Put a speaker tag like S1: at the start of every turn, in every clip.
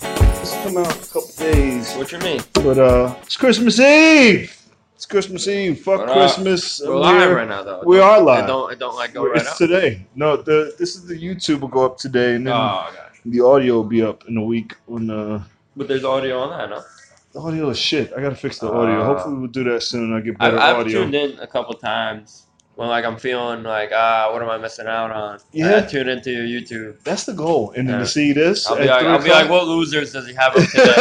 S1: come out in a couple days.
S2: What you mean?
S1: But uh, it's Christmas Eve. It's Christmas Eve. Fuck
S2: We're, uh,
S1: Christmas.
S2: We're live right now, though.
S1: we are live.
S2: I don't. I don't like go
S1: Well,
S2: right
S1: it's
S2: up.
S1: today. No, the this is the YouTube will go up today, and
S2: Oh
S1: then
S2: gosh.
S1: the audio will be up in a week. When uh,
S2: But there's audio on that, huh?
S1: the audio is shit. I gotta fix the audio.
S2: Uh,
S1: Hopefully, we'll do that soon, and I get
S2: I've,
S1: better
S2: I've
S1: audio.
S2: tuned in a couple times when like I'm feeling like ah, what am I missing out on?
S1: Yeah.
S2: I tune into your YouTube.
S1: That's the goal. And then
S2: Yeah.
S1: to see this,
S2: I'll be
S1: at
S2: like,
S1: three
S2: I'll be like,
S1: o'clock-
S2: what losers does he have up today?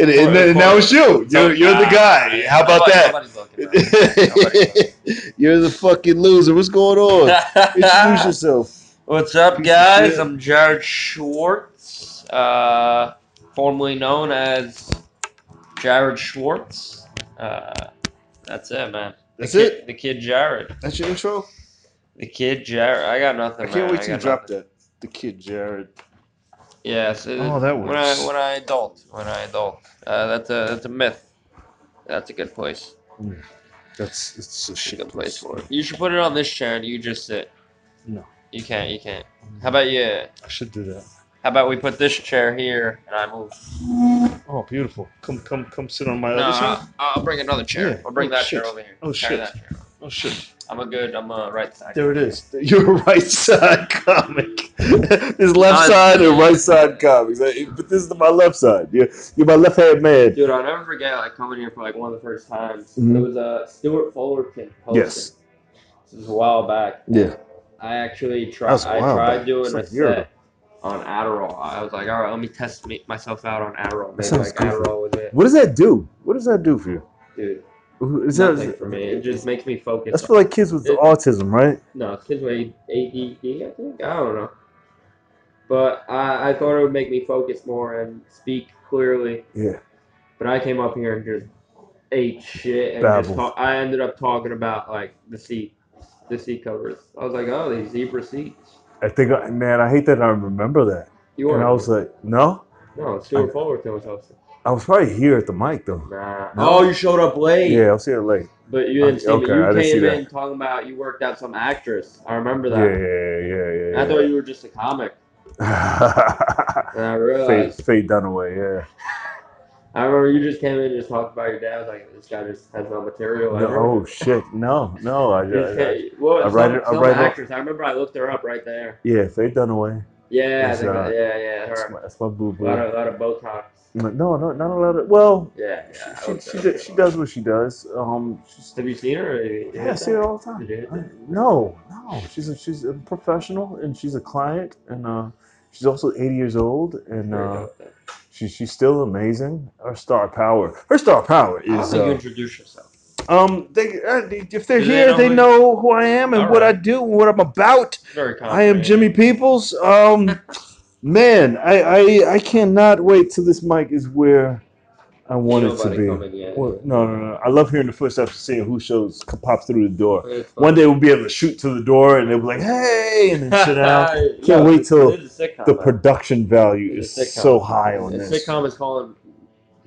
S1: and, and, and that was you. You're, you're the guy. How about
S2: Nobody-
S1: that?
S2: Nobody's looking. man.
S1: You're the fucking loser. What's going on? Introduce
S2: Nobody's looking.
S1: yourself.
S2: What's up,
S1: Piece of
S2: guys?
S1: shit.
S2: I'm Jared Schwartz, uh, formerly known as Jared Schwartz. Uh, that's it, man.
S1: That's
S2: the kid,
S1: it.
S2: The kid Jared.
S1: That's your intro.
S2: The kid Jared. I got
S1: I
S2: nothing.
S1: can't
S2: man.
S1: wait till you
S2: got
S1: drop
S2: nothing.
S1: that. The kid Jared.
S2: Yes. it-
S1: Oh, that
S2: when I
S1: works.
S2: when I adult, when I adult, uh, that's a that's a myth. That's a good place.
S1: That's it's a
S2: It's a
S1: shit
S2: good place for it. You should put it on this chair and you just sit.
S1: No.
S2: You can't. You can't. How about you?
S1: I should do that.
S2: How about we put this chair here and I move?
S1: Oh, beautiful. Come, come, come, sit on my
S2: no,
S1: other side.
S2: I'll, I'll bring another chair.
S1: Yeah.
S2: I'll bring
S1: Oh,
S2: that
S1: shit.
S2: chair over here.
S1: Oh,
S2: Carry
S1: shit.
S2: that chair.
S1: Oh shit!
S2: I'm a good. I'm a right side.
S1: There it is. You're a right side comic. There's left
S2: I'm-
S1: side and right side comics. I- But this is my left side. You're, you're my left hand man.
S2: Dude, I'll never forget like coming here for like one of the first times.
S1: Mhm.
S2: It was uh Stuart Fullerton hosting.
S1: Yes.
S2: This was a while back.
S1: Yeah.
S2: I actually
S1: That
S2: tried.
S1: was a
S2: I
S1: while
S2: tried
S1: back.
S2: doing
S1: It's
S2: a
S1: like a year ago.
S2: set on Adderall. I was like, all right, let me test me, myself out on Adderall. Maybe
S1: sounds
S2: like
S1: goofy.
S2: Adderall was it,
S1: What does that do? What does that do for you?
S2: dude.
S1: Who- Is
S2: nothing
S1: that,
S2: for me. It just makes me focus.
S1: that's
S2: on-
S1: for like kids with
S2: It-
S1: autism, right?
S2: No, kids with ADD, E, I think. I don't know. But I, I thought it would make me focus more and speak clearly.
S1: Yeah.
S2: But I came up here and just ate shit and
S1: Babble.
S2: just talk, I ended up talking about like the seat, the seat covers. I was like, oh, these zebra seats.
S1: I think, I- man, I hate that I remember that.
S2: You were
S1: and I was like, no,
S2: no, Stuart Fullerton was hosting.
S1: I was probably here at the mic though.
S2: Nah.
S1: No.
S2: Oh, you showed up late.
S1: Yeah, I'll see you late.
S2: But you didn't see me.
S1: Okay,
S2: You
S1: I didn't see
S2: came
S1: that.
S2: in talking about you worked out some actress. I remember
S1: Yeah,
S2: that.
S1: yeah, yeah, yeah.
S2: I thought you were just a comic.
S1: yeah.
S2: And I
S1: Faye,
S2: realized.
S1: Faye Dunaway, yeah.
S2: I remember you just came in and just talked about your dad. I was like, this guy just has no material.
S1: No,
S2: ever.
S1: oh shit, no, no, I,
S2: You just
S1: I, I
S2: can't- well,
S1: I
S2: some,
S1: write it- I
S2: some
S1: write it-
S2: actress. I remember I looked her up right there.
S1: yeah, Faye Dunaway.
S2: Yeah, I
S1: Yes,
S2: think
S1: uh,
S2: that, yeah, yeah,
S1: That's
S2: her.
S1: my, that's my boo
S2: A
S1: boo.
S2: lot of, a lot of Botox.
S1: No, no, not a lot of. Well,
S2: Yeah,
S1: she
S2: yeah. I
S1: she,
S2: looked
S1: she,
S2: her
S1: do-
S2: up.
S1: she does what she does. Um, she's,
S2: Have you seen her? Have you-
S1: yeah, I see her all the
S2: Did
S1: time.
S2: you hit that?
S1: No, no, she's a, she's a professional and she's a client and uh, she's also 80 years old and
S2: Very
S1: uh,
S2: dope, though.
S1: she, she's still amazing. Her star power, her star power
S2: I don't
S1: is.
S2: think you
S1: Uh,
S2: introduce yourself.
S1: um, they, uh, they- if they're
S2: Do they
S1: here,
S2: know
S1: they
S2: who-
S1: know who I am and
S2: All
S1: what I
S2: right.
S1: do and what I'm about.
S2: Very
S1: I am
S2: confident.
S1: Jimmy Peoples. Um, man, I, I I cannot wait till this mic is where I want it to
S2: Nobody
S1: be.
S2: coming in.
S1: Well, no, no, no. I love hearing the footsteps, and seeing who shows c- pop through the door.
S2: It's fine.
S1: One day we'll be able to shoot to the door, and they'll be like, "Hey!" and then sit down.
S2: Can't
S1: wait till
S2: is a sitcom,
S1: The
S2: man.
S1: production value is
S2: It's a sitcom.
S1: so high on
S2: The
S1: this.
S2: sitcom is calling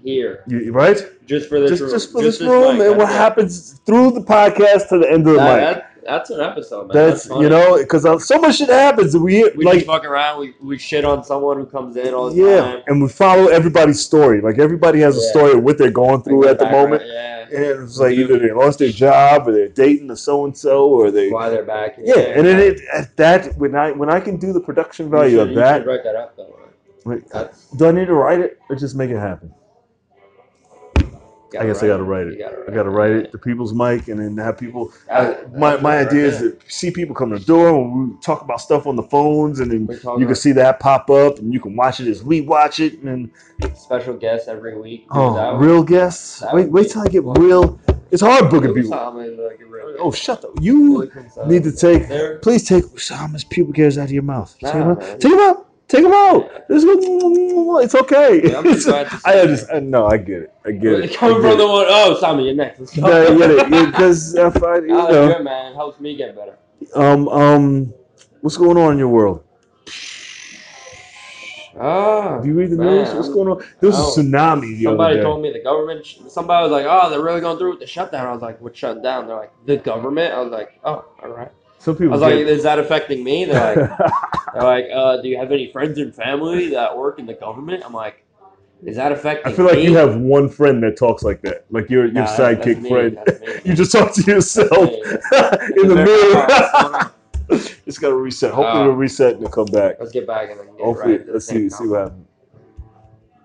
S2: here
S1: You, you right?
S2: just for this
S1: Just,
S2: room.
S1: just for this
S2: mic,
S1: room, and
S2: that's
S1: what
S2: it.
S1: happens through the podcast to the end of the
S2: That-
S1: mic.
S2: that- that's an episode, man.
S1: That's
S2: funny.
S1: you know, because so much shit happens. We,
S2: We
S1: like
S2: just fuck around. We, we shit on someone who comes in all the
S1: yeah,
S2: time.
S1: and we follow everybody's story. Like everybody has a
S2: Yeah.
S1: story of what they're going through
S2: Like,
S1: at the
S2: background-
S1: moment.
S2: Yeah.
S1: And it's like either they lost their job, or they're dating a so and so, or they
S2: Why they're back.
S1: yeah. And then it, at that when I when I can do the production
S2: You
S1: value
S2: should-
S1: of
S2: you
S1: that,
S2: should write that up, though. man.
S1: wait,
S2: That's,
S1: do I need to write it or just make it happen? I guess I gotta write it.
S2: You gotta
S1: I got to write it to people's mic, and then have people.
S2: That-
S1: I- my
S2: that's
S1: my
S2: right
S1: idea is
S2: there.
S1: to see people come to the door when we talk about stuff on the phones, and then
S2: We're talking
S1: you can
S2: about
S1: see that pop up, and you can watch it as we watch it, and.
S2: special guests every week. Dude, that
S1: Oh,
S2: would-
S1: real guests.
S2: that
S1: Wait,
S2: would
S1: wait
S2: be
S1: till I get
S2: fun.
S1: real. It's hard booking people.
S2: Usama is like a real
S1: Oh,
S2: guest.
S1: shut up. You
S2: Usama.
S1: need to take.
S2: They're-
S1: Please take Osama's pubic hairs out of your mouth. Take
S2: Nah,
S1: them out.
S2: man.
S1: Take them out. Take them out. This is- It's okay.
S2: Yeah, I'm
S1: It's-
S2: just glad to see
S1: I
S2: that.
S1: understand. No, I get it. I get
S2: Well,
S1: it. I
S2: Coming
S1: get
S2: from the one, oh, Sammy, you're next. Let's
S1: it.
S2: go.
S1: No, I get it. Because if I, you
S2: Oh,
S1: know,
S2: good, man. It helps me get better.
S1: um, um, what's going on in your world?
S2: Ah,
S1: Have you read the
S2: Man,
S1: news? What's
S2: I'm-
S1: going on? There was
S2: oh,
S1: a tsunami the
S2: somebody
S1: other day.
S2: told me the government. sh- Somebody was like, "Oh, they're really going through with the shutdown." I was like, "What shutdown?" They're like, "The government." I was like, "Oh, all right."
S1: Some
S2: I
S1: people.
S2: was like,
S1: get-
S2: is that affecting me? They're like, they're like, uh, do you have any friends and family that work in the government? I'm like, is that affecting
S1: I feel like
S2: me?
S1: you have one friend that talks like that, like your your
S2: Nah, that's- that's
S1: sidekick
S2: me,
S1: friend.
S2: that's me.
S1: you just talk to yourself
S2: me.
S1: in the
S2: Very-
S1: mirror. it's gotta reset. Hopefully
S2: Uh,
S1: it'll reset and it'll come back.
S2: Let's get back and then get
S1: Hopefully,
S2: right into the
S1: let's see
S2: same
S1: see what happens.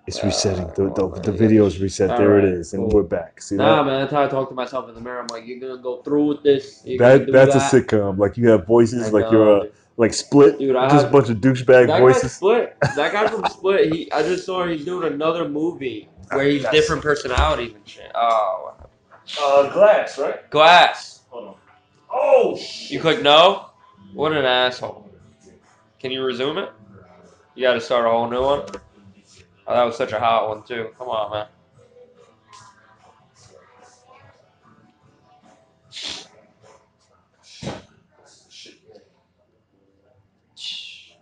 S1: It's
S2: Uh,
S1: resetting. The the,
S2: well,
S1: the
S2: yeah.
S1: video's reset.
S2: All
S1: there
S2: right,
S1: it is, and
S2: cool.
S1: we're back. See
S2: Nah,
S1: that?
S2: man, that's how I talk to myself in the mirror. I'm like, you're gonna go through with this. You're gonna
S1: That
S2: do
S1: that's
S2: that.
S1: a sitcom. Like you have voices.
S2: I
S1: like
S2: know,
S1: you're a,
S2: dude.
S1: like split.
S2: Dude, I
S1: just a
S2: have-
S1: bunch of douchebag
S2: that guy
S1: voices.
S2: split. That guy from Split. He, I just saw he's doing another movie where he's
S1: That's-
S2: different personalities and shit. Oh,
S1: Uh, glass, right?
S2: glass.
S1: Hold on. Oh
S2: You click no. What an asshole. Can you resume it? You got to start a whole new one. Oh, that was such a hot one too. Come on, man.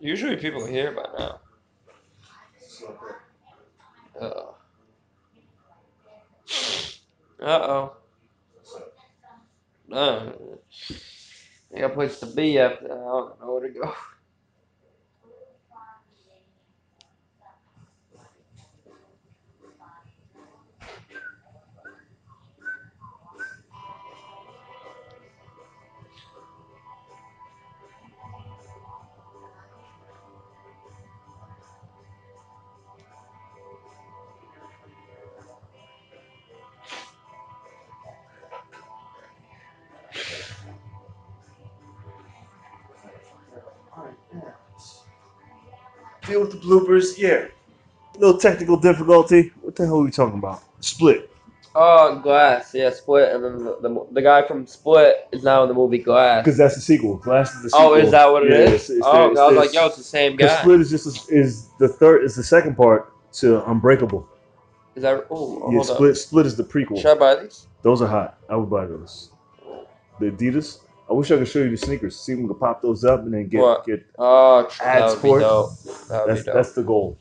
S2: Usually people are here by now. Uh oh. No. I got a place to be after. I don't know where to go.
S1: Deal with the bloopers. Yeah. Little technical difficulty. What the hell are we talking about? Split.
S2: Oh, Glass. Yeah, Split. And then the, the, the guy from Split is now in the movie Glass.
S1: Because that's the sequel. Glass is the sequel.
S2: Oh, is that what it is?
S1: Yeah, it's- it's
S2: oh,
S1: the-
S2: I was
S1: it's
S2: like,
S1: the-
S2: yo, it's the same
S1: The
S2: guy.
S1: split is just is the third is the second part to Unbreakable.
S2: Is that? Oh,
S1: yeah,
S2: hold
S1: split split is the
S2: up.
S1: prequel.
S2: Should I buy these?
S1: Those are hot. I would buy those. The Adidas. I wish I could show you the sneakers. See if we could pop those up and then get
S2: What?
S1: get.
S2: Oh, tr-
S1: Add
S2: that would be
S1: sports.
S2: dope. That would
S1: That's
S2: be dope.
S1: that's the goal.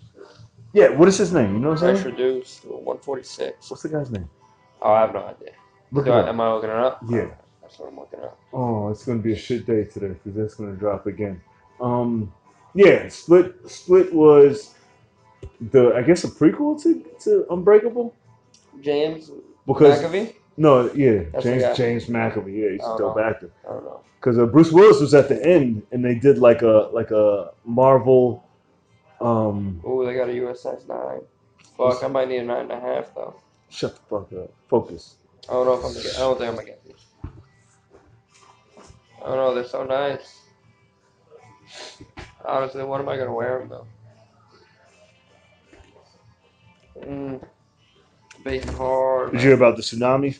S1: Yeah. What is his name? You know what I'm
S2: Price
S1: saying?
S2: reduced to 146.
S1: What's the guy's name?
S2: Oh, I have no idea.
S1: Look
S2: Do
S1: it
S2: I,
S1: up.
S2: am I looking it up?
S1: Yeah.
S2: That's what I'm looking up.
S1: Oh, it's gonna be a shit day today because that's gonna drop again. Um, yeah. Split split was the I guess a prequel to to Unbreakable
S2: James
S1: because
S2: McAfee?
S1: no yeah
S2: That's the guy.
S1: James James McAvoy yeah he's
S2: I
S1: a
S2: don't
S1: dope
S2: know.
S1: actor.
S2: I don't know.
S1: because uh, Bruce Willis was at the end, and they did like a like a Marvel. Um,
S2: Oh, they got a US size 9. Fuck,
S1: What's-
S2: I might need a 9.5, though.
S1: shut the fuck up. Focus.
S2: I don't know if I'm gonna get. I don't think I'm gonna get these. I don't know. They're so nice. Honestly, what am I gonna wear them though? Mm, being hard,
S1: Did you hear about the tsunami?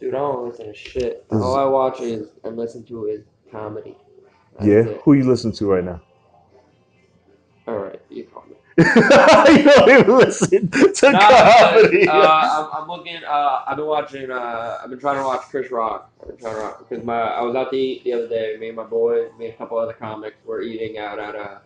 S2: dude. I don't listen to shit.
S1: This is-
S2: All I watch is and listen to is comedy. That's
S1: yeah.
S2: it.
S1: Who you listening to right now?
S2: All right, you call me.
S1: you don't even listen to
S2: Nah,
S1: comedy.
S2: but, uh, I'm, I'm looking. Uh, I've been watching. Uh, I've been trying to watch Chris Rock. I've been trying to rock because my I was out to eat the other day. Me and my boy, me and a couple other comics, were eating out at uh,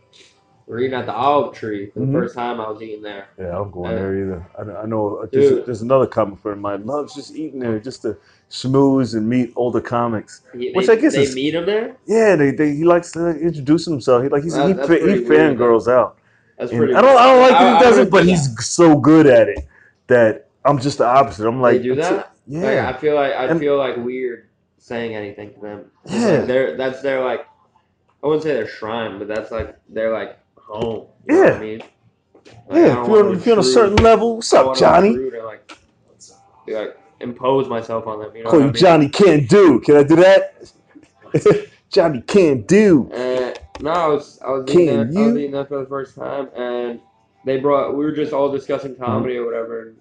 S2: we're eating at the Olive Tree for the
S1: Mhm.
S2: first time. I was eating there.
S1: yeah, I'm going
S2: uh,
S1: there either. I, kn- I know uh,
S2: Dude.
S1: there's, there's another comic friend of mine loves just eating there just to schmooze and meet older comics.
S2: He-
S1: Which
S2: they,
S1: I guess
S2: they
S1: is-
S2: meet him there.
S1: Yeah, they, they he likes to introduce himself. He like he's
S2: That-
S1: he,
S2: that's
S1: fa- he
S2: pretty weird,
S1: fangirls out.
S2: That's
S1: And
S2: pretty.
S1: I don't, I don't like
S2: I-
S1: that
S2: I
S1: he does
S2: wouldn't
S1: it, but
S2: do
S1: he's so good at it that I'm just the opposite. I'm like,
S2: they do
S1: that's it.
S2: that.
S1: yeah,
S2: Like I feel like I
S1: And-
S2: feel like weird saying anything to them. It's like
S1: Yeah.
S2: they're that's their like I wouldn't say their shrine, but that's like they're like home. You know what
S1: Yeah.
S2: I mean,
S1: yeah. If you're, if you're on a certain level, what's up, Johnny?
S2: To, like, be like impose myself on them. You know
S1: Call
S2: what I
S1: you
S2: mean?
S1: Johnny Can Do. Can I do that? Johnny Can Do.
S2: And no, I was I was eating
S1: Can
S2: that, I was
S1: you?
S2: eating that for the first time, and they brought we were just all discussing
S1: Mm-hmm.
S2: comedy or whatever. And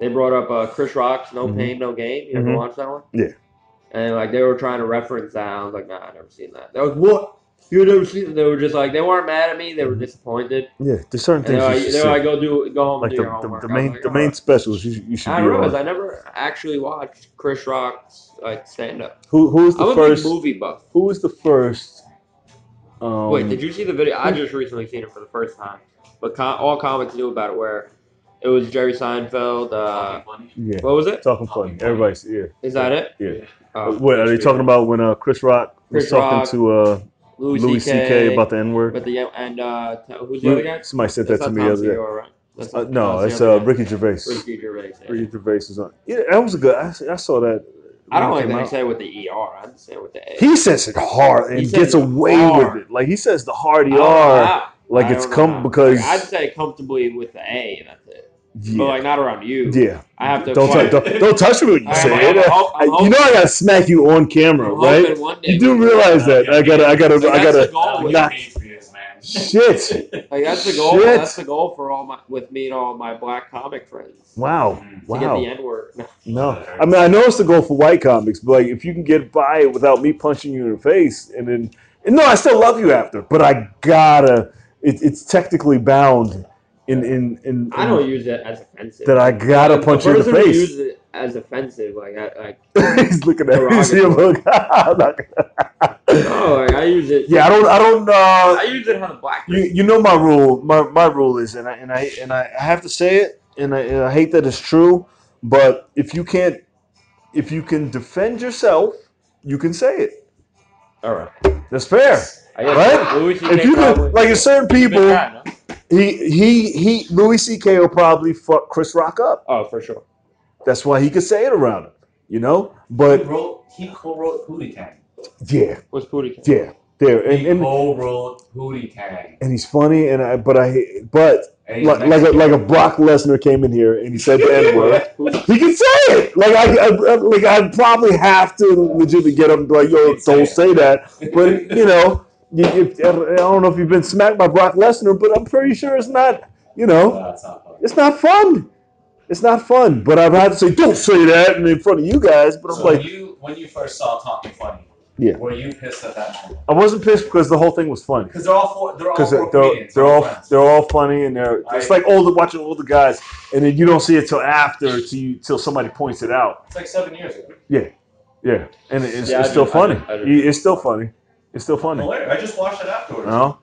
S2: they brought up uh, Chris Rock's "No
S1: Mhm.
S2: Pain No Gain." You ever
S1: Mhm.
S2: watch that one?
S1: Yeah.
S2: And like they were trying to reference that, I was like, "Nah, I never seen that." They was what you never seen? That? They were just like they weren't mad at me; they were
S1: Mhm.
S2: disappointed.
S1: Yeah, there's certain things
S2: And they
S1: you
S2: were like,
S1: should
S2: they
S1: say.
S2: were like, "Go do, go home,
S1: Like
S2: and
S1: the,
S2: do your
S1: the,
S2: homework."
S1: the
S2: I was
S1: main
S2: like,
S1: the
S2: "All
S1: main
S2: right."
S1: specials you, you should
S2: I
S1: be
S2: realized
S1: on.
S2: I never actually watched Chris Rock's like stand up.
S1: Who who was
S2: I
S1: the
S2: was
S1: first?
S2: a movie buff.
S1: Who was the first? Um,
S2: Wait, did you see the video? I just recently seen it for the first time, but com- all comics knew about it. Where it was Jerry Seinfeld. Uh,
S1: Yeah,
S2: what was it?
S1: talking funny. Everybody's yeah.
S2: Is that it?
S1: Yeah.
S2: Oh,
S1: Wait, are they talking about when uh, Chris Rock was
S2: Chris
S1: talking
S2: Rock,
S1: to uh,
S2: Louis,
S1: Louis C.K. about
S2: about
S1: the N word?
S2: the and uh, t- who's the other guy?
S1: Somebody said
S2: That's
S1: that to
S2: not
S1: me
S2: Tom
S1: the other day.
S2: Segura, right? That's
S1: Uh,
S2: not-
S1: no, it's
S2: the
S1: uh,
S2: other guy.
S1: Ricky Gervais.
S2: Ricky Gervais. yeah.
S1: Ricky Gervais is on. Yeah, that was a good. I, I saw that.
S2: I don't
S1: when
S2: like
S1: it
S2: that he
S1: came out.
S2: said with the ER. I understand with the A.
S1: He says it hard
S2: He
S1: and
S2: says
S1: gets
S2: it
S1: away
S2: hard.
S1: with it. Like he says the hard
S2: I don't know
S1: ER.
S2: how.
S1: like
S2: I
S1: it's
S2: don't know
S1: com-
S2: how.
S1: because-
S2: Like, I'd say comfortably with the A, and that's it. But
S1: Yeah,
S2: like not around you.
S1: yeah.
S2: I have to.
S1: Don't,
S2: acquire-
S1: touch, don't don't touch me when you
S2: I'm-
S1: say
S2: I'm-
S1: it.
S2: I'm-
S1: I-
S2: I'm
S1: you know I gotta smack you on
S2: I'm
S1: camera,
S2: hoping
S1: right?
S2: one day
S1: You do
S2: we-
S1: realize that I gotta I gotta
S2: So
S1: I
S2: that's
S1: gotta
S2: the goal. with
S1: knock
S2: me.
S3: Patriots, man.
S1: shit.
S2: Like that's the goal.
S1: Shit.
S2: That's the goal for all my with me and all my black comic friends.
S1: Wow,
S2: To get the
S1: wow.
S2: N word.
S1: No, I mean I know it's the goal for white comics, but like if you can get by it without me punching you in the face, and then and no, I still love you after, but I gotta. It, it's technically bound in in in,
S2: I don't use it as offensive.
S1: that I gotta punch you in the
S2: person who
S1: face.
S2: uses it as offensive, like I like
S1: He's looking at me. He's here, look. I'm not gonna-
S2: no, like I use it.
S1: yeah, I don't. I don't. Uh,
S2: I use it on the black.
S1: you you know my rule. My my rule is, and I and I and I I have to say it, and I, and I hate that it's true, but if you can't, if you can defend yourself, you can say it.
S2: All right.
S1: That's fair.
S2: I guess
S1: Right?
S2: Louis CK
S1: If you
S2: probably-
S1: can, like, if certain
S2: He's been
S1: people,
S2: trying, huh?
S1: he he he, Louis C.K. will probably fuck Chris Rock up.
S2: Oh, for sure.
S1: That's why he could say it around him, you know.
S3: He
S1: But
S3: wrote. He co-wrote Hootie Tang.
S1: yeah,
S2: What's Pootie? Cat?
S1: yeah, there, and
S3: He
S1: and,
S3: co-wrote Hootie Tang.
S1: and he's funny, and I but I hate- but
S3: And he's
S1: like like a,
S3: Mexican.
S1: like a Brock Lesnar came in here and he said the N word.
S2: Pootie-
S1: He can say it. Like I, I like I probably have to legitimately get him like yo
S3: Say
S1: don't
S3: it.
S1: say that. But you know, you, you, I don't know if you've been smacked by Brock Lesnar, but I'm pretty sure it's not. You know,
S3: No, it's not funny.
S1: it's not fun. It's not fun. But I've had to say don't say that in front of you guys. But I'm
S3: So
S1: like
S3: you, when you first saw Talking Funny,
S1: Yeah.
S3: were you pissed at that moment?
S1: I wasn't pissed because the whole thing was funny.
S3: Because they're all four, they're all
S1: because
S3: four
S1: they're they're,
S3: comedians,
S1: they're all
S3: friends.
S1: they're all funny and they're it's
S3: Right.
S1: like older watching older guys and then you don't see it till after till you till somebody points it out
S3: It's like seven years ago.
S1: yeah and it- it's,
S2: Yeah, I
S1: it's
S2: do-
S1: still
S2: I do-
S1: funny
S2: I do.
S1: You- it's still funny it's still funny you
S3: Hilarious. I just watched it afterwards.
S1: know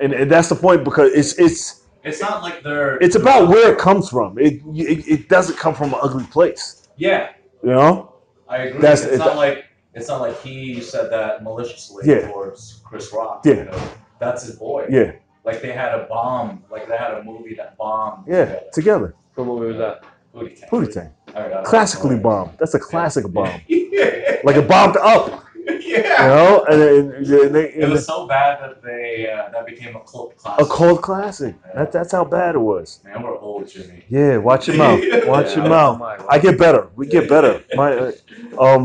S1: and, and that's the point because it's it's
S3: It's not like they're.
S1: it's about where it comes from it it, it doesn't come from an ugly place
S3: Yeah,
S1: you know
S3: I agree.
S1: That's-
S3: it's not like it's not like he said that maliciously
S1: Yeah.
S3: towards Chris Rock.
S1: Yeah.
S3: You know? That's his boy.
S1: yeah
S3: Like they had a bomb. Like they had a movie that bombed.
S1: yeah together
S2: What movie was that?
S3: Booty tank.
S1: Pootie Tang
S3: All right, I don't
S1: classically
S3: know.
S1: bombed that's a classic bomb
S3: yeah.
S1: like a bombed up you
S3: yeah.
S1: know and, and, and they,
S3: It
S1: and
S3: was so bad that they uh, that became a cult classic.
S1: a cold classic that, that's how bad it was
S3: Man, we're old, Jimmy.
S1: Yeah, watch your mouth. Watch
S2: Yeah,
S1: your
S2: I-
S1: mouth.
S2: Oh my-
S1: I get better. We get better. My, uh, um,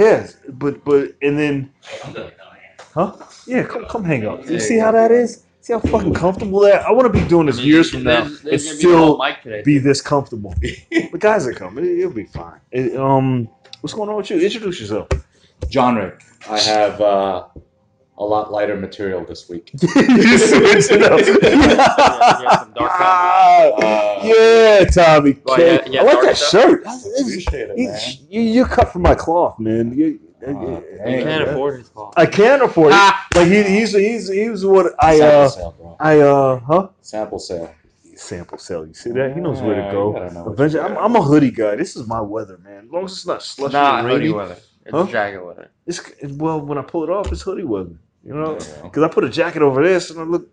S1: yeah, but but and then
S3: I'm done.
S1: huh? Yeah, come come hang up. You see how that is? See how fucking comfortable that? I want to be doing this
S2: I mean,
S1: years from now.
S2: there's-
S1: It's
S2: there's gonna be a whole
S1: still
S2: mic today.
S1: be this comfortable. The guys are coming. It, will be fine. It- um, what's going on with you? Introduce yourself.
S3: Genre. I have uh, a lot lighter material this week.
S1: you switch it
S2: Yeah, yeah,
S1: up.
S2: some dark
S3: Uh,
S1: yeah, Tommy.
S2: Oh,
S1: K.
S2: yeah, yeah,
S1: I like
S2: dark
S1: that
S2: stuff.
S1: shirt. That's- it's-
S3: Appreciate it,
S1: You,
S3: man.
S1: you, you cut from my cloth, man. You,
S3: Aw,
S1: I,
S3: dang,
S2: You can't
S3: yeah.
S2: afford his call.
S1: I can afford it.
S2: Ah!
S1: Like he, he's he's he was what I
S3: Sample
S1: uh
S3: sale, bro.
S1: I uh huh
S3: Sample sale.
S1: sample sell. You see that? He knows where to
S3: Yeah, you
S1: go.
S3: gotta know what
S1: Eventually,
S3: you
S1: I'm,
S3: got.
S1: I'm a hoodie guy. This is my weather, man. As long as it's not
S2: It's
S1: slushy
S2: not
S1: and
S2: hoodie
S1: rainy,
S2: weather. It's
S1: Huh?
S2: jacket weather.
S1: it's it's- well when I pull it off, it's hoodie weather. You know,
S3: There you go.
S1: because I put a jacket over this and I look,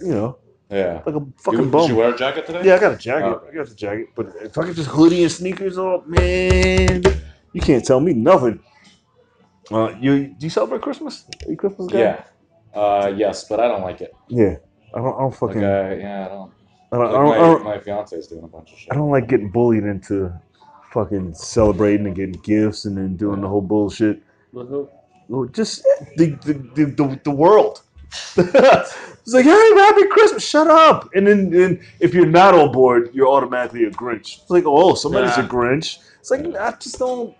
S1: you know,
S3: Yeah.
S1: like a
S3: Did
S1: fucking
S3: you-
S1: bum.
S3: Did you wear a jacket today?
S1: Yeah, I got a jacket.
S3: Alright.
S1: I got the jacket. But if I could just hoodie and sneakers on, man, you can't tell me nothing. Uh, you do you celebrate Christmas? Are you a Christmas guy?
S3: Yeah. Uh, yes, but I don't like it.
S1: Yeah. I don't. I don't fucking.
S3: Like, I, yeah, I don't.
S1: I, don't, I,
S3: Like
S1: don't, I,
S3: my,
S1: don't,
S3: my fiance's doing a bunch of shit.
S1: I don't like getting bullied into fucking celebrating and getting gifts and then doing the whole bullshit.
S2: Woohoo.
S1: Well, Just the the, the, the, the world. it's like, hey, happy Christmas! Shut up! And then, then if you're not on board, you're automatically a Grinch. It's like, oh, somebody's
S2: Yeah.
S1: a Grinch. It's like, I just don't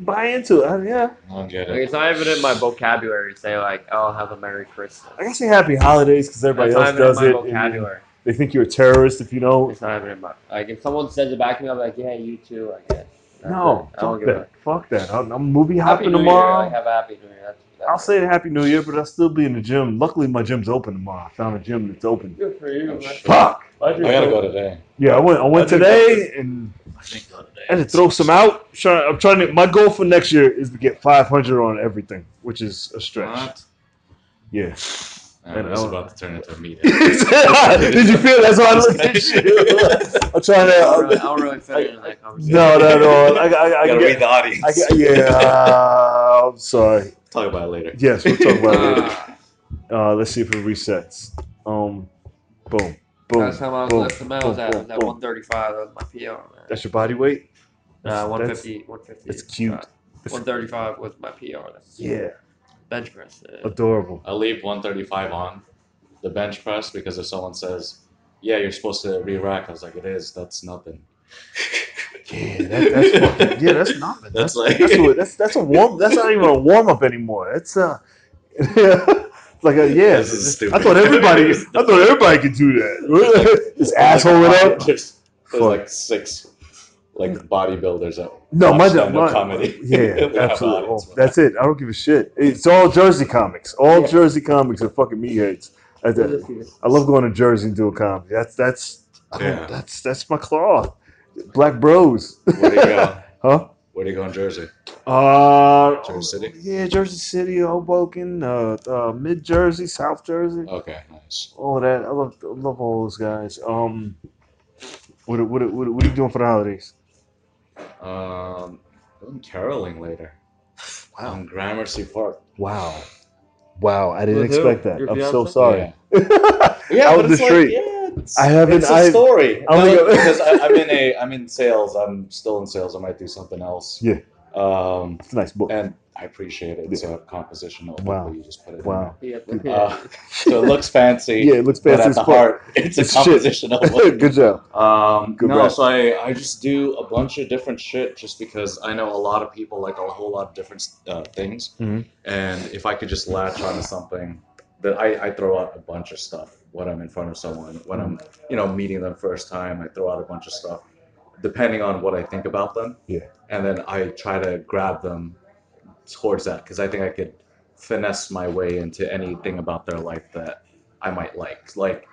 S1: buy into it. I, yeah,
S3: I don't get
S2: Like
S3: it.
S2: it's not even in my vocabulary to say like, "Oh, have a Merry Christmas."
S1: I guess say happy holidays because everybody
S2: That's
S1: else
S2: not even in
S1: does
S2: my
S1: it. and
S2: vocabulary.
S1: They think you're a terrorist if you don't.
S2: It's not even in my like. If someone says it back to me, I'm like, "Yeah, you too." I guess. That's
S1: No,
S2: it. I don't
S1: fuck
S2: give a
S1: that. Fuck that. I'm, I'm movie
S2: happy
S1: hopping
S2: New
S1: tomorrow.
S2: Year. Like, have a happy New Year. That's, that's
S1: I'll say Happy New Year, but I'll still be in the gym. Luckily, my gym's open tomorrow. I found a gym that's open.
S2: Good for you. man.
S3: shit.
S1: Fuck.
S3: I gotta go today.
S1: Yeah, I went. I went
S3: I do
S1: today, and
S4: Uh, I think the other day.
S1: I had to throw some out. Try- I'm trying to. My goal for next year is to get 500 on everything, which is a stretch.
S4: What?
S1: Yeah.
S4: I
S1: Man,
S4: was
S1: I don't-
S4: about to turn into a meathead.
S1: Did you feel? That's why I looked at you. I'm trying
S2: I don't really,
S1: to. uh,
S2: I don't really fit into that conversation.
S1: no, no, no. I, I, I,
S4: gotta
S1: get,
S4: read the audience.
S1: I get, yeah. uh, I'm sorry.
S4: Talk about it later.
S1: Yes, we'll talk about it later.
S2: Ah,
S1: Uh, let's see if it resets. Um, boom, boom.
S2: last time I was
S1: boom,
S2: left the miles
S1: boom,
S2: at
S1: boom,
S2: was at
S1: boom.
S2: 135. That was my PR, man.
S1: That's your body weight.
S2: Uh,
S1: That's-
S2: 150, 150.
S1: that's cute.
S2: Uh, 135 was my PR. That's
S1: Yeah,
S2: bench press. uh,
S1: adorable.
S5: I leave 135 on the bench press because if someone says, "Yeah, you're supposed to re-rack," I was like, "It is. That's nothing."
S1: Yeah, that, that's fucking, yeah, that's nothing.
S5: That's
S1: That's,
S5: like-
S1: that's, what, that's that's a warm. That's not even a warm up anymore. That's uh, it's like a Uh, yeah.
S5: This is stupid.
S1: I thought everybody. I thought everybody could do that. Just asshole it up.
S5: There's,
S1: Fuck.
S5: there's like six like bodybuilders out.
S1: No, my,
S5: stand-up
S1: my
S5: comedy.
S1: Yeah,
S5: Without
S1: absolutely.
S5: audience.
S1: Oh, that's it. I don't give a shit. It's all Jersey comics. All
S2: Yeah.
S1: Jersey comics are fucking meatheads. I, I love going to Jersey and doing comedy. That's that's I don't-
S4: Yeah.
S1: that's that's my claw. Black Bros.
S5: Where do you go?
S1: Huh?
S5: Where do you go in Jersey?
S1: Uh,
S5: Jersey City?
S1: Yeah, Jersey City, Hoboken, uh, uh, Mid Jersey, South Jersey,
S5: Okay, nice.
S1: all of that. I love I love all those guys. Um, what what what, what are you doing for the holidays?
S5: Um, going caroling later. Wow. In Gramercy Park.
S1: Wow, wow! I didn't
S2: With who?
S1: expect that.
S2: Your
S1: I'm so
S2: fiance?
S1: sorry.
S5: Yeah.
S1: Yeah, Out but in the it's like, street. I haven't-
S5: It's a
S1: I-
S5: story.
S1: I don't
S5: No,
S1: think I-
S5: because I, I'm in a. I'm in sales. I'm still in sales. I might do something else.
S1: Yeah.
S5: Um,
S1: It's a nice book.
S5: and I appreciate it. It's a compositional.
S1: Wow.
S5: book, You just put it. in
S1: Wow.
S2: Yeah,
S5: there. Uh, so it looks fancy.
S1: Yeah, it looks
S5: But
S1: fancy
S5: at
S1: as
S5: the
S1: fuck.
S5: heart, it's a
S1: It's shit.
S5: compositional book.
S1: Good job.
S5: Um,
S1: Good
S5: no,
S1: rap.
S5: so I, I just do a bunch of different shit just because I know a lot of people like a whole lot of different uh, things.
S1: Mhm.
S5: And if I could just latch onto something, that I, I throw out a bunch of stuff when I'm in front of someone, when I'm, you know, meeting them first time, I throw out a bunch of stuff depending on what I think about them.
S1: Yeah.
S5: And then I try to grab them towards that because I think I could finesse my way into anything about their life that I might like. Like,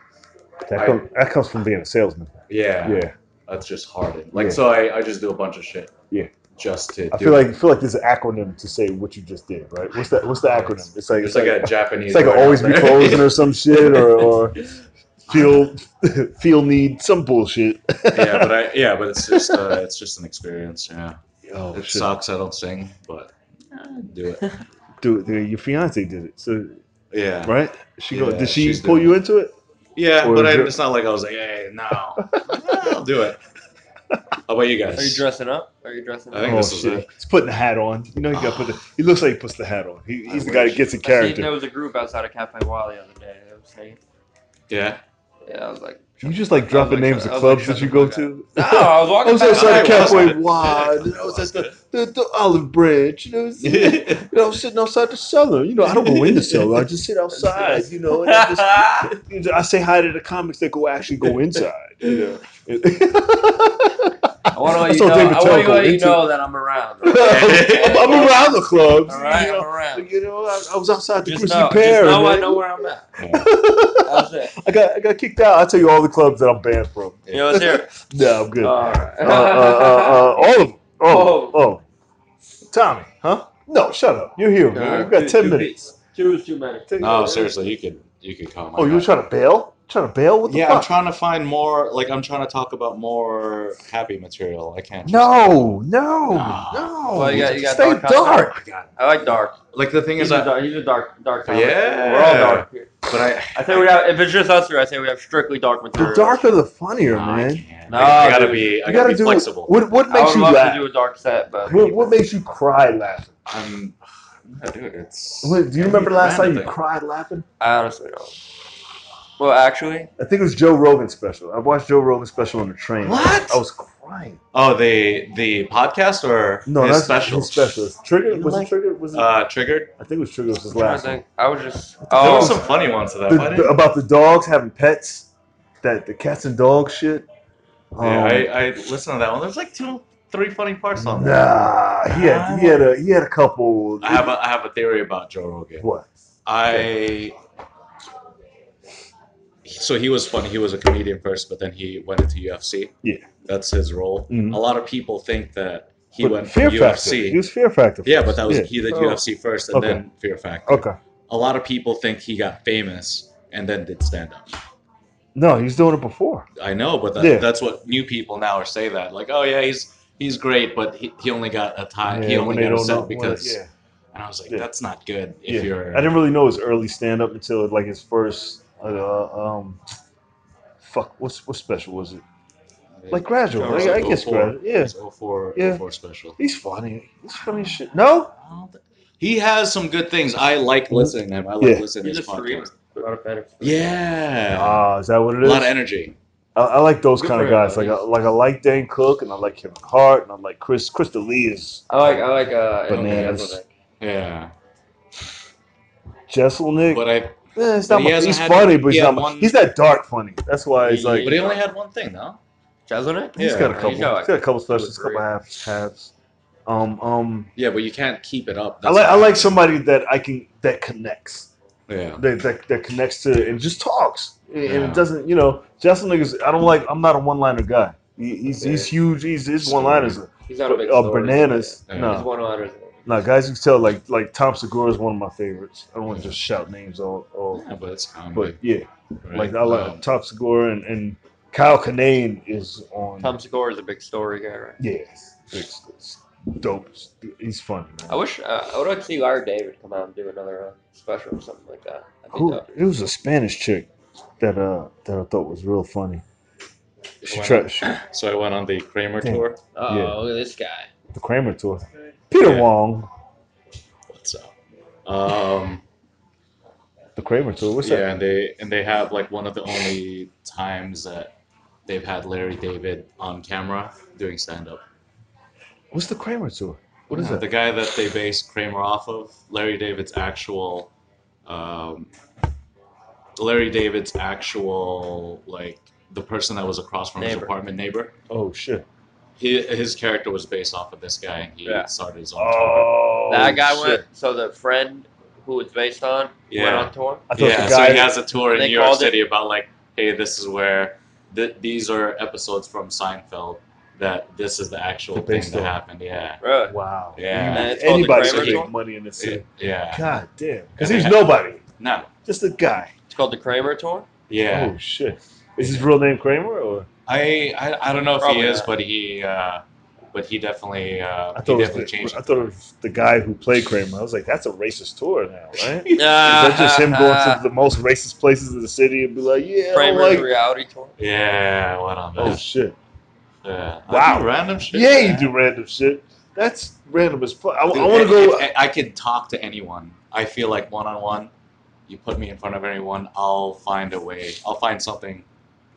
S1: That, come, that comes from being a salesman. Yeah,
S5: that's just hardened. Like
S1: Yeah.
S5: so, I, I just do a bunch of shit.
S1: Yeah.
S5: Just to
S1: I
S5: do
S1: feel
S5: it.
S1: like I feel like there's an acronym to say what you just did, right? What's that? What's the acronym? It's like
S5: it's like a
S1: it's
S5: Japanese.
S1: like
S5: word
S1: a always
S5: out
S1: be
S5: there.
S1: frozen or some shit or, or feel feel need some bullshit.
S5: yeah, but I yeah, but it's just uh, it's just an experience. Yeah,
S1: oh
S5: it
S1: shit!
S5: sucks. I don't sing, but I do it.
S1: Do it. Your fiance did it, so
S5: Yeah,
S1: right? She go.
S5: Yeah,
S1: Did she
S5: she's
S1: pull
S5: doing
S1: you into it?
S5: yeah,
S1: Or
S5: but I,
S1: dri-
S5: it's not like I was like, hey, no, I'll do it. How about you guys?
S2: Are you dressing up? Are you dressing
S5: I
S2: up?
S5: think
S1: oh
S5: this is
S1: shit!
S5: it.
S1: He's putting the hat on. You know he got to put the. He looks like he puts the hat on. He,
S5: I
S1: he's the guy that
S5: wish.
S1: gets in
S2: I seen
S1: character.
S2: there was a group outside of Cafe Y the other day. They were saying,
S5: yeah,
S2: yeah, I was like,
S1: You just like dropping names of
S2: I was like,
S1: clubs
S2: shut
S1: that you
S2: the
S1: go
S2: fuck
S1: to.
S2: no, I was
S1: I
S2: walking
S1: was outside
S2: back.
S1: of
S5: I was
S1: Cafe
S5: at-
S1: Y. I was at the, the, the Olive Branch. You know, it's- you know, I'm sitting outside the cellar. You know, I don't go in the cellar. I just sit outside. You know, and I, just, you know, I say hi to the comics that go actually go inside. You know,
S2: I want to
S1: I
S2: let you
S1: saw
S2: know.
S1: David
S2: I want to
S1: Telco
S2: let you
S1: into-
S2: know that I'm around. All right,
S1: I'm, I'm around the clubs.
S2: all right
S1: you
S2: I'm
S1: know,
S2: around.
S1: You know, I, I was outside the
S2: Just
S1: Grizzly
S2: know,
S1: Pear.
S2: just know I
S1: man.
S2: know where I'm at.
S5: Yeah.
S2: That's it.
S1: I got I got kicked out. I'll tell you all the clubs that I'm banned from.
S2: You know what's here?
S1: No, I'm good.
S2: All right.
S1: uh, uh, uh, uh, all of them. Oh, oh, Tommy, huh? No, shut up. You're here, man. We've got
S2: Two-
S1: ten
S2: two
S1: minutes.
S2: beats. Two is too many.
S1: Ten
S5: No,
S1: minutes.
S5: Oh, seriously, you could you could call my.
S1: Oh, you
S5: guy.
S1: were trying to bail? Trying to bail? What the
S5: yeah, I'm
S1: fuck?
S5: trying to find more. Like, I'm trying to talk about more happy material. I can't. just-
S1: no, no,
S5: Nah.
S1: no.
S2: Well, you got- you got
S1: Stay
S2: dark content.
S1: dark.
S2: I like dark.
S5: Like the thing
S2: He's
S5: is,
S2: a
S5: I,
S2: dark. He's a dark. Dark. comic.
S5: Yeah.
S2: We're all dark here.
S5: but I.
S2: I say we have. If it's just us here, I say we have strictly dark
S1: The
S2: material.
S1: darker the funnier,
S5: No, I,
S1: man.
S5: can't.
S2: No,
S5: I, I gotta
S2: dude.
S5: be. I
S1: You
S5: gotta,
S1: gotta
S5: be
S1: do
S5: flexible.
S1: What, what
S2: I
S1: makes
S2: would
S1: you
S2: love
S1: laugh?
S2: to do a dark set, but
S1: What, what makes you cry laughing?
S5: I'm. I'm not doing it. It's.
S1: What, do you
S5: I
S1: remember
S5: need
S1: last time you
S5: anything.
S1: cried laughing?
S2: I honestly don't. Well, actually,
S1: I think it was Joe Rogan special. I watched Joe Rogan special on the train.
S5: What?
S1: I was crying.
S5: Oh, the the podcast or
S1: No,
S5: his
S1: that's
S5: special.
S1: His special. Trigger
S5: You
S1: was
S5: like-
S1: it Trigger? Was it?
S5: Uh, triggered.
S1: I think it was Trigger was his
S2: I'm trying to
S1: last. one.
S2: think. I was just.
S5: There were
S2: Oh,
S5: some funny ones to that.
S1: The-
S5: why
S1: the-
S5: didn't-
S1: about the dogs having pets, that the cats and dogs shit.
S5: yeah,
S1: Um,
S5: I, I listened to that one. There's like two, three funny parts on that.
S1: Nah, he had he had a he had a couple.
S5: I have a, I have a theory about Joe Rogan.
S1: what?
S5: I so he was funny. He was a comedian first, but then he went into UFC.
S1: Yeah.
S5: that's his role.
S1: Mhm.
S5: A lot of people think that he
S1: But
S5: went from
S1: Factor.
S5: UFC.
S1: He was Fear Factor.
S5: yeah, but that was
S1: Yeah.
S5: he did
S2: Oh.
S5: UFC first and
S1: Okay.
S5: then Fear Factor.
S1: Okay.
S5: A lot of people think he got famous and then did stand up.
S1: No, he was doing it before.
S5: I know, but that,
S1: Yeah.
S5: that's what new people now are say that like, oh yeah, he's he's great, but he, he only got a time. he
S1: Yeah,
S5: only
S1: when they
S5: got
S1: don't know- when-
S5: upset because.
S1: yeah.
S5: And I was like,
S1: Yeah.
S5: that's not good.
S1: Yeah.
S5: If you're,
S1: I didn't really know his early stand up until like his first uh, um fuck what's what special was it? Like gradual.
S5: It was
S1: I, I guess
S5: 04.
S1: gradual. Yeah.
S5: It's 04,
S1: Yeah.
S5: 04 special.
S1: He's funny. He's funny as shit. No?
S5: I don't thi- He has some good things. I like listening to him. I like
S1: Mm-hmm. Yeah.
S5: listening
S2: He's
S5: to
S2: a
S5: his
S2: streamer.
S5: podcast.
S2: A lot of better.
S5: Yeah.
S1: Ah, is that what it
S5: a
S1: is?
S5: lot of energy.
S1: I, I like those
S2: Good
S1: kind of
S2: for him,
S1: guys.
S2: buddy.
S1: Like I, like I like Dan Cook and I like Kevin Hart and I like Chris Crystal Lee is
S2: I like I like uh
S1: Bananas.
S2: Anthony
S5: Yeah.
S1: Jesselnick.
S5: But I
S1: Eh, it's
S5: but
S1: not
S5: he
S1: my,
S5: hasn't
S1: he's
S5: had-
S1: funny, but
S5: he
S1: he's
S5: had
S1: not my-
S5: one-
S1: he's that dark funny. That's why it's like
S5: but he only had one thing though.
S2: Jeselnik.
S1: he's
S5: yeah,
S1: got a
S5: he's
S1: couple he's got a couple specials, a
S2: was
S1: couple
S2: great.
S1: half halves. Um um
S5: Yeah, but you can't keep it up.
S1: I
S5: That's
S1: like I
S5: what
S1: like
S5: happens.
S1: somebody that I can that connects.
S5: Yeah.
S1: that, that, that connects to and just talks and
S5: Yeah.
S1: it doesn't you know Justin is I don't like I'm not a one liner guy he, he's he's huge he's his
S5: Story.
S1: one liners are
S2: He's not a big
S1: uh,
S2: story.
S1: bananas
S5: Yeah.
S2: He's
S1: no
S2: one liners.
S1: no guys you can tell like like Tom Segura is one of my favorites I don't want to just shout names all, all
S5: Yeah, but it's comedy.
S1: but yeah
S5: Mm-hmm. right?
S1: like I like
S5: Um,
S1: Tom Segura and, and Kyle Kinane is on
S2: Tom Segura is a big story guy, right?
S1: yeah it's, it's dope he's funny
S2: I
S1: man.
S2: wish uh, I would like to see Larry David come out and do another uh, special or something like that. I think
S1: Who,
S2: that
S1: it was a Spanish chick that uh that I thought was real funny she
S5: Wow.
S1: tried she,
S5: so I went on the Kramer
S1: Damn.
S5: tour.
S2: Oh,
S1: Yeah.
S2: look at this guy.
S1: the Kramer tour. Peter
S5: Yeah.
S1: Wong,
S5: What's up? Um
S1: the Kramer tour. What's
S5: yeah,
S1: that?
S5: and they and they have like one of the only times that they've had Larry David on camera doing stand up.
S1: What's the Kramer tour? What is
S5: The
S1: that?
S5: guy that they base Kramer off of, Larry David's actual, um, Larry David's actual like the person that was across from his
S2: Neighbor.
S5: apartment neighbor.
S1: Oh shit!
S5: He, his character was based off of this guy, and he
S2: Yeah.
S5: started his own. tour.
S1: Oh,
S2: that guy
S1: shit.
S2: went. So the friend who it's based on went
S5: Yeah.
S2: on tour.
S1: I thought
S5: Yeah,
S1: the
S5: so
S1: guy.
S5: he has a tour in
S2: they
S5: New York
S2: called it-
S5: City about like, hey, this is where th- these are episodes from Seinfeld that this is the actual
S1: The
S5: thing
S1: based
S5: that
S1: on.
S5: happened. Yeah,
S2: Right.
S1: wow.
S5: Yeah.
S2: Man, it's called the
S1: Anybody
S2: Kramer
S1: could make
S2: tour?
S1: money in this
S5: It-
S1: city?
S5: yeah,
S1: God damn. Because
S5: And
S1: he's
S5: they-
S1: nobody.
S5: no,
S1: Just a guy.
S2: It's called the Kramer tour.
S5: yeah.
S1: Oh shit! Is his real name Kramer or?
S5: I, I I don't know if
S2: Probably
S5: he is,
S2: not.
S5: but he uh, but he definitely uh,
S1: I
S5: he
S1: thought, it
S5: definitely
S1: was
S5: changed.
S1: the, I
S5: it.
S1: thought it was the guy who played Kramer. I was like, that's a racist tour now, right?
S2: Is
S1: That's just him going to the most racist places in the city and be like, yeah, I don't
S2: Kramer's
S1: like.
S2: reality tour.
S5: Yeah, what on
S1: Oh
S5: that?
S1: shit!
S5: yeah.
S1: Wow.
S5: I do random shit.
S1: Oh. Yeah,
S5: man.
S1: you do random shit. That's random as fuck. I,
S5: Dude,
S1: want to
S5: if-
S1: go.
S5: if- I can talk to anyone. I feel like one on one. You put me in front of anyone, I'll find a way. I'll find something.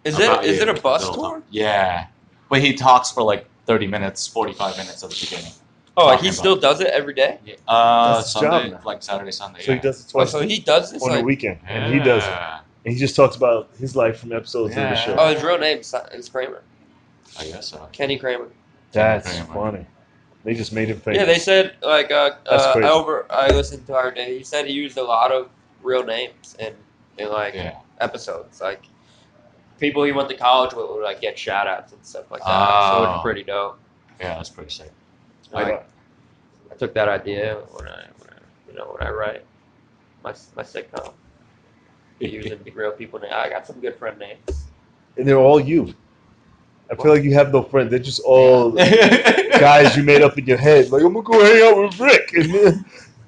S2: Is
S5: about
S2: it is
S5: you
S2: it a bus
S5: that'll
S2: tour?
S5: help. Yeah, but he talks for like thirty minutes, forty-five minutes at the beginning.
S2: Oh,
S5: Talking
S2: he
S5: about
S2: still does it every day.
S5: Uh,
S1: That's his job
S5: Sunday,
S1: now.
S5: like Saturday, Sunday.
S1: so
S5: yeah.
S1: he does it
S2: Oh,
S1: twice
S2: so he does this
S1: on the
S2: like.
S1: weekend, and he does it.
S5: Yeah,
S1: And he just talks about his life from episodes of the
S5: Yeah.
S1: show.
S2: Oh, his real name is- is Kramer.
S5: I guess so.
S2: Kenny Kramer.
S1: That's
S5: Kramer.
S1: funny. They just made him famous.
S2: Yeah, they said like uh,
S1: That's
S2: uh,
S1: crazy.
S2: I over I listened to our day. He said he used a lot of real names in in like
S5: Yeah.
S2: episodes. Like people he went to college with would like get shout outs and stuff like that. So
S5: Oh.
S2: it's pretty dope.
S5: Yeah, that's pretty sick.
S1: Uh,
S2: I took that idea when I, when I you know when I write my my sitcom using real people names. I got some good friend names.
S1: and they're all you. I feel like you have no friend. They're just all
S5: yeah,
S1: guys you made up in your head. Like I'm gonna go hang out with Rick, and then,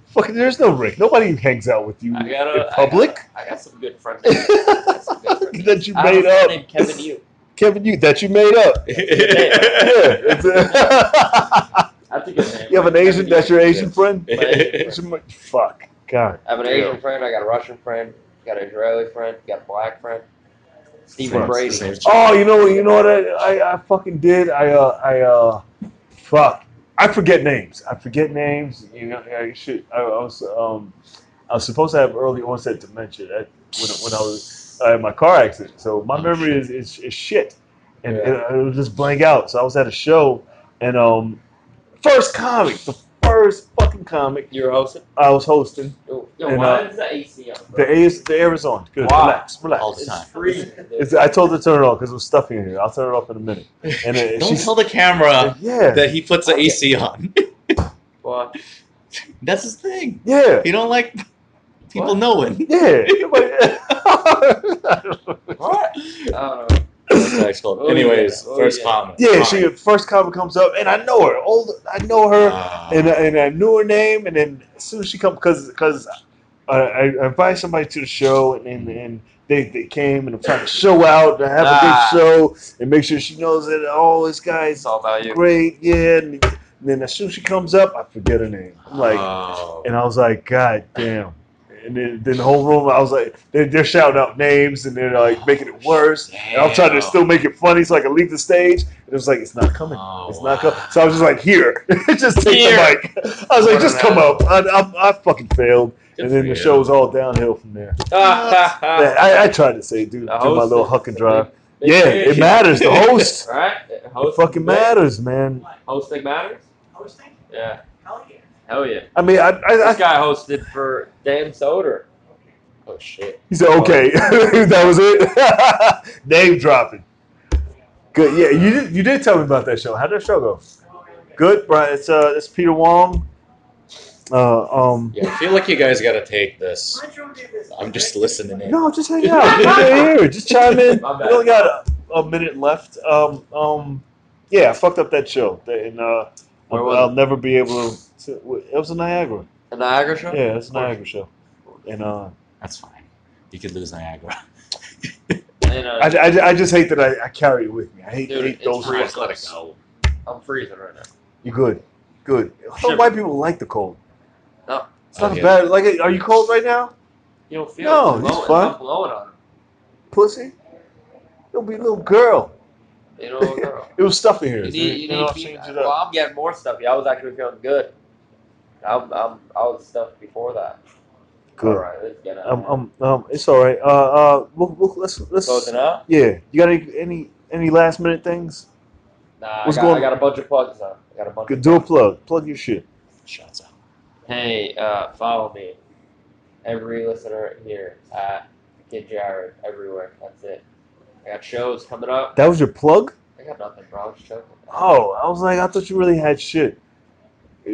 S1: fucking there's no Rick. Nobody hangs out with you
S2: I
S1: in
S2: got a, I
S1: public
S2: got- I got, some good friend names. I got some good friend names.
S1: that you
S2: I have a
S1: made
S2: friend
S1: up.
S2: named Kevin Yu.
S1: Kevin, you that you made up. Yeah, it's a-
S2: That's a good name.
S1: you have an
S2: Kevin
S1: Asian.
S2: Yu.
S1: That's your Asian friend.
S2: Yeah.
S1: Too much- Fuck. God.
S2: I have an
S5: Yeah.
S2: Asian friend, I got a Russian friend, got an Israeli friend, got a black friend. Stephen
S1: Friends,
S2: Brady.
S5: Same shit.
S1: Oh, you know what? You know what I, I, I fucking did. I uh I uh, fuck. I forget names. I forget names. You know, I should. I, I was um, I was supposed to have early onset dementia at, when when I was I had my car accident. So my
S5: Oh,
S1: memory is, is is shit, and
S2: Yeah.
S1: it, it was just blank out. So I was at a show, and um, first comic, the first fucking comic
S2: You're hosting?
S1: I was hosting.
S2: Yo, yo
S1: And,
S2: why
S1: uh,
S2: is the AC on?
S1: The air is, the air is on. Good.
S2: Why?
S1: Relax. Relax.
S5: All the time.
S2: free.
S1: It's, I told her to turn it off because it was stuffy in here. I'll turn it off in a minute. And it,
S5: Don't
S1: she's,
S5: tell the camera
S1: yeah,
S5: Uh, that he puts the AC on.
S2: Well,
S5: That's his thing.
S1: yeah,
S5: He don't like people
S2: What?
S5: knowing.
S1: yeah. Like-
S2: what? I don't know.
S5: That's actual.
S2: Oh,
S5: Anyways,
S2: yeah. Oh,
S5: first
S2: yeah.
S5: comment.
S1: yeah,
S5: Fine.
S1: she first comment comes up, and I know her. Old, I know her,
S5: Ah.
S1: and and I knew her name, and then as soon as she come, because because I, I I invite somebody to the show, and and, and they, they came, and I'm trying to show out, and have
S2: Ah.
S1: a good show, and make sure she knows that oh, this guy's
S2: It's all about you.
S1: great, yeah. And, then as soon as she comes up, I forget her name. I'm like,
S5: Oh.
S1: and I was like, God damn. And then, then the whole room, I was like, they're, they're shouting out names and they're like making it worse. And I'm trying to
S5: Damn.
S1: still make it funny so I can leave the stage. And it was like, it's not coming.
S5: Oh,
S1: it's not coming.
S5: wow.
S1: So I was just like, here. just take
S5: Here.
S1: the mic. I was like,
S2: What
S1: just
S2: an
S1: come up. I, I, I fucking failed. and then the show was all downhill from there. Man, I, I tried to say, dude, do
S2: Uh, The
S1: my
S2: host
S1: little
S2: is-
S1: huck and drive.
S2: Big
S1: yeah,
S2: fish.
S1: it matters. The host.
S2: Right?
S1: it
S2: Host
S1: fucking
S2: is big.
S1: matters, man.
S2: Hosting matters?
S6: Hosting?
S2: Yeah.
S6: Hell yeah.
S2: Hell yeah.
S1: I mean, I, I,
S2: This
S1: I
S2: guy hosted for Dan Soder. Oh, shit.
S1: He said, "Okay, that was it." Oh. Name dropping. Good. Yeah, you did, you did tell me about that show. How did that show go? Good, Brian. It's uh, it's Peter Wong. Uh, um.
S5: Yeah, I feel like you guys gotta take this.
S6: Why don't you do this?
S5: I'm just listening in.
S1: No, just hang out. Just stay here. Just chime in.
S2: My bad.
S1: We only got a, a minute left. Um. Um. Yeah, I fucked up that show, and uh,
S2: Where
S1: I'll,
S2: was
S1: I'll never be able to. It was in Niagara.
S2: The Niagara show?
S1: Yeah, it's a Niagara show, and uh.
S5: That's fine. You could lose Niagara.
S2: And, uh,
S1: I, I, I just hate that I, I carry it with me. I hate,
S2: Dude,
S1: hate
S2: it's
S1: those.
S2: free.
S1: fuckers.
S5: Just let it go.
S2: I'm freezing right now.
S1: You good? Good. Some
S2: Shiver.
S1: white people like the cold.
S2: No.
S1: It's not
S5: Okay.
S1: a bad. Like, are you cold right now,
S2: You don't feel
S1: No,
S2: it.
S1: it's
S2: blowing,
S1: fine.
S2: not blowing on him.
S1: pussy? You'll be a little girl.
S2: You know, girl.
S1: It was stuffy here.
S2: You
S1: so,
S2: need, you
S1: know,
S2: need uh,
S1: I'll
S2: people.
S1: change it
S2: Well,
S1: up.
S2: I'm getting more stuffy. I was actually feeling good. I'm, I'm, I was stuffed before that. All
S1: Good.
S2: right, let's get out.
S1: Um, um, um, it's all right. Uh, uh, we'll, we'll, let's, let's.
S2: Closing up?
S1: Yeah. You got any, any, any last minute things?
S2: Nah,
S1: What's
S2: I, got,
S1: going-
S2: I got a bunch of plugs on. I got a bunch
S1: Good.
S2: of
S1: Do a plug. Plug your shit.
S5: Shots out.
S2: Hey, uh, follow me. Every listener here at Kid Jared, everywhere. That's it. I got shows coming up.
S1: That was your plug.
S2: I got nothing, bro. I'm just joking.
S1: Oh, I was like, I thought you really had shit.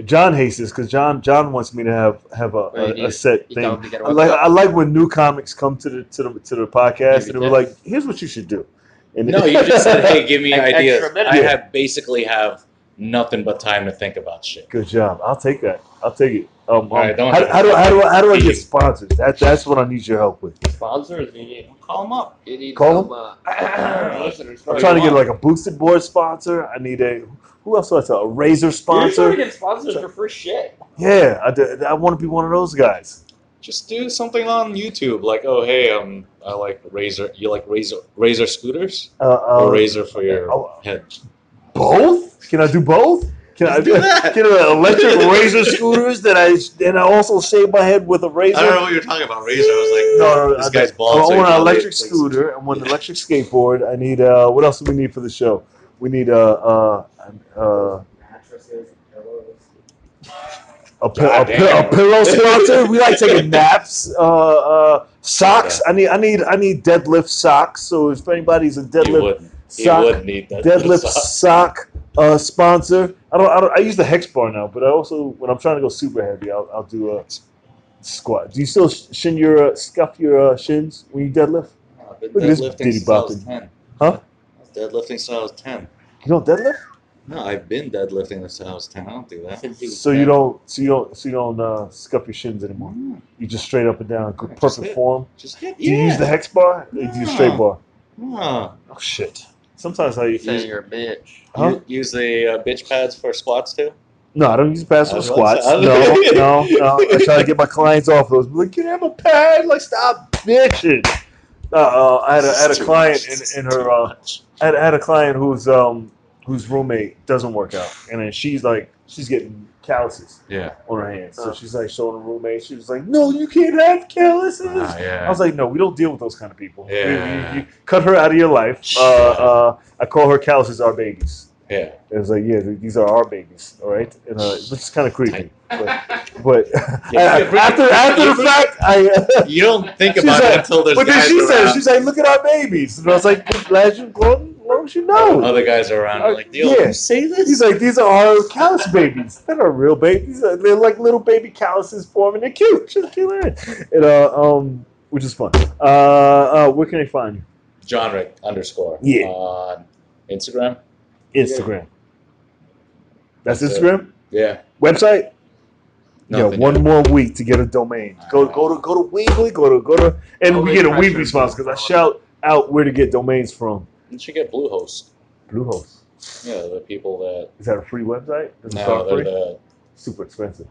S1: John hates this because John John wants me to have have a,
S2: Well, you
S1: a,
S2: need-
S1: a set
S2: You
S1: thing.
S2: don't get
S1: I
S2: away
S1: like
S2: with
S1: I like when new comics come to the to the to the podcast
S2: Maybe
S1: and they're like, "Here's what you should do." And
S5: No, you just said, "Hey, give me
S2: Ex- extra
S5: ideas."
S2: minute.
S5: I have basically have nothing but time to think about shit.
S1: "Good job. I'll take that. I'll take it." Um, um,
S5: right, don't-
S1: how, how do how do I, how do I get sponsors? That that's what I need your help with.
S2: that. sponsors. You need,
S5: Call them up.
S2: you need
S1: Call
S2: some uh, listeners.
S1: I'm
S2: Sorry,
S1: trying to
S2: you
S1: get
S2: want-
S1: like a boosted board sponsor. I need a who else do I tell? A razor
S2: You're trying to
S1: sponsor.
S2: get sponsors for free shit.
S1: Yeah, I, do- I want to be one of those guys.
S5: Just do something on YouTube, like, "Oh, hey, um, I like razor. You like razor razor scooters
S1: Uh, uh,
S5: or razor for your
S1: oh.
S5: head?
S1: both? Can I do both? Can I
S5: Let's do that.
S1: Can I electric razor scooters that I and I also shave my head with a razor?
S5: I don't know what you're talking about. Razor. I was like,
S1: No, no, no,
S5: this
S1: Uh, I
S5: guy's
S1: I
S5: bald. so
S1: want
S5: he
S1: an
S5: probably
S1: electric
S5: thinks-
S1: scooter. I want an electric skateboard. I need uh, what else do we need for the show? We need a uh, uh, uh,
S6: Mattresses, pillows.
S1: a, pill a,
S5: God
S1: pill a
S5: damn.
S1: pillow sponsor. we like taking naps. Uh, uh, socks. I need I need I need deadlift socks. So if anybody's a
S5: You
S1: deadlift
S5: wouldn't. You
S1: sock
S5: wouldn't need that.
S1: deadlift
S5: Sock.
S1: sock uh, sponsor, I don't, I don't I use the hex bar now, but I also when I'm trying to go super heavy, I'll, I'll do a squat. Do you still sh- shin your uh, scuff your uh, shins when you deadlift?
S5: I've been
S1: Look at this
S5: deadlifting
S1: diddy
S5: since I was
S1: bopping.
S5: ten.
S1: Huh?
S5: I was deadlifting since I was ten.
S1: You don't deadlift.
S5: No, I've been deadlifting since I was ten. I don't do that.
S2: Since he was
S1: So you
S2: dead.
S1: don't, so you don't, so you don't uh, scuff your shins anymore.
S5: Mm,
S1: You just straight up and down,
S5: Right,
S1: good,
S5: just
S1: perfect
S5: hit.
S1: form.
S5: Just hit.
S1: Do you use
S5: Yeah.
S1: the hex bar? Or do you straight
S5: No.
S1: bar?
S5: Huh.
S1: Oh shit! Sometimes I use.
S2: saying you're a bitch.
S1: Huh?
S5: You use the uh, bitch pads for squats too.
S1: No, I don't use pads
S5: I
S1: for
S5: was
S1: squats.
S5: about
S1: No,
S5: to say-
S1: no, no. I try to get my clients off those. Like, can I have a pad? Like, stop bitching. Uh, uh, I had a, I had
S5: This
S1: a
S5: is too
S1: client
S5: much.
S1: in,
S5: This is
S1: in
S5: too
S1: her. Uh,
S5: much.
S1: I had, I had a client whose um whose roommate doesn't work out, and then she's like, she's getting calluses
S5: Yeah.
S1: on her hands. So
S5: Uh.
S2: Oh.
S1: she's like showing her roommate. She was like, "No, you can't have calluses."
S5: Ah, yeah.
S1: I was like, "No, we don't deal with those kind of people. You- you-
S5: Yeah.
S1: you cut her out of your life." Uh, uh, I call her calluses our babies.
S5: Yeah.
S1: It was like, yeah, th- these are our babies, all right? And, uh, which is kind of creepy. But, but
S5: Yeah, you
S1: after, after the fact, I.
S5: You don't think
S1: She's
S5: about
S1: like-
S5: it until there's
S1: but then
S5: guys
S1: she said,
S5: around.
S1: she's like, look at our babies. And I was like, glad you, glad glad you know.
S5: Other guys around are like, "Yo,
S1: Uh, Yeah.
S5: you say this?
S1: Oh, He's like, these are our callus babies. They're not real babies. They're like little baby calluses forming. They're cute. Just cute. man. And, uh, um, which is fun. Uh, uh, where can I find
S5: John Rick underscore
S1: Yeah.
S5: on Instagram.
S1: you? Instagram. That's
S5: That's it.
S1: Instagram.
S5: Yeah.
S1: Website. yeah,
S5: Nothing
S1: one
S5: yet.
S1: more week to get a domain. Go go to go to Weebly. Go to go to, and
S2: Oh,
S1: we
S2: wait,
S1: get a
S2: pressure.
S1: Weebly sponsor because I shout out where to get domains from.
S5: You should get Bluehost.
S1: Bluehost.
S5: Yeah, the people that
S1: Is that a free website? Does it
S5: now
S1: start
S5: they're
S1: free?
S5: the
S1: Super expensive.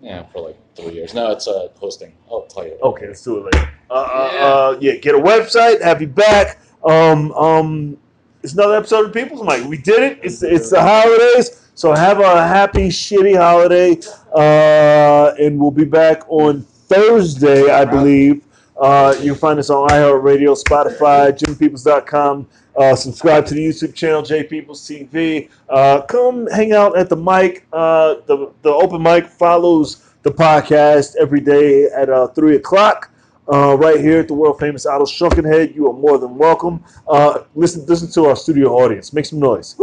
S5: yeah for like three years. No, it's uh, hosting. I'll tell you.
S1: Okay, let's do it later. Uh, uh, uh, yeah, get a website. Have you back. Um, um, it's another episode of People's Mike. We did it. It's it's the holidays, so have a happy shitty holiday. Uh, and we'll be back on Thursday, I believe. Uh, you can find us on iHeartRadio, Spotify, JimPeoples.com. Uh, subscribe to the YouTube channel, J Peoples TV. Uh, come hang out at the mic. Uh, the the open mic follows the podcast every day at uh, 3 o'clock uh, right here at the world famous Otto Shrunken Head. You are more than welcome. Uh, listen, listen to our studio audience. Make some noise.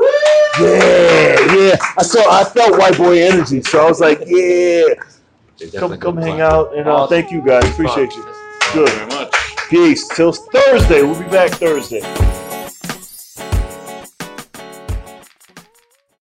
S1: Yeah, yeah. I saw, I felt white boy energy, so I was like, yeah.
S5: They
S1: Come,
S5: definitely
S1: come
S5: do
S1: hang
S5: clap.
S1: out, and uh, thank you guys. Appreciate you.
S5: Thank you
S1: Good.
S5: very much.
S1: Peace. Till Thursday. We'll be back Thursday.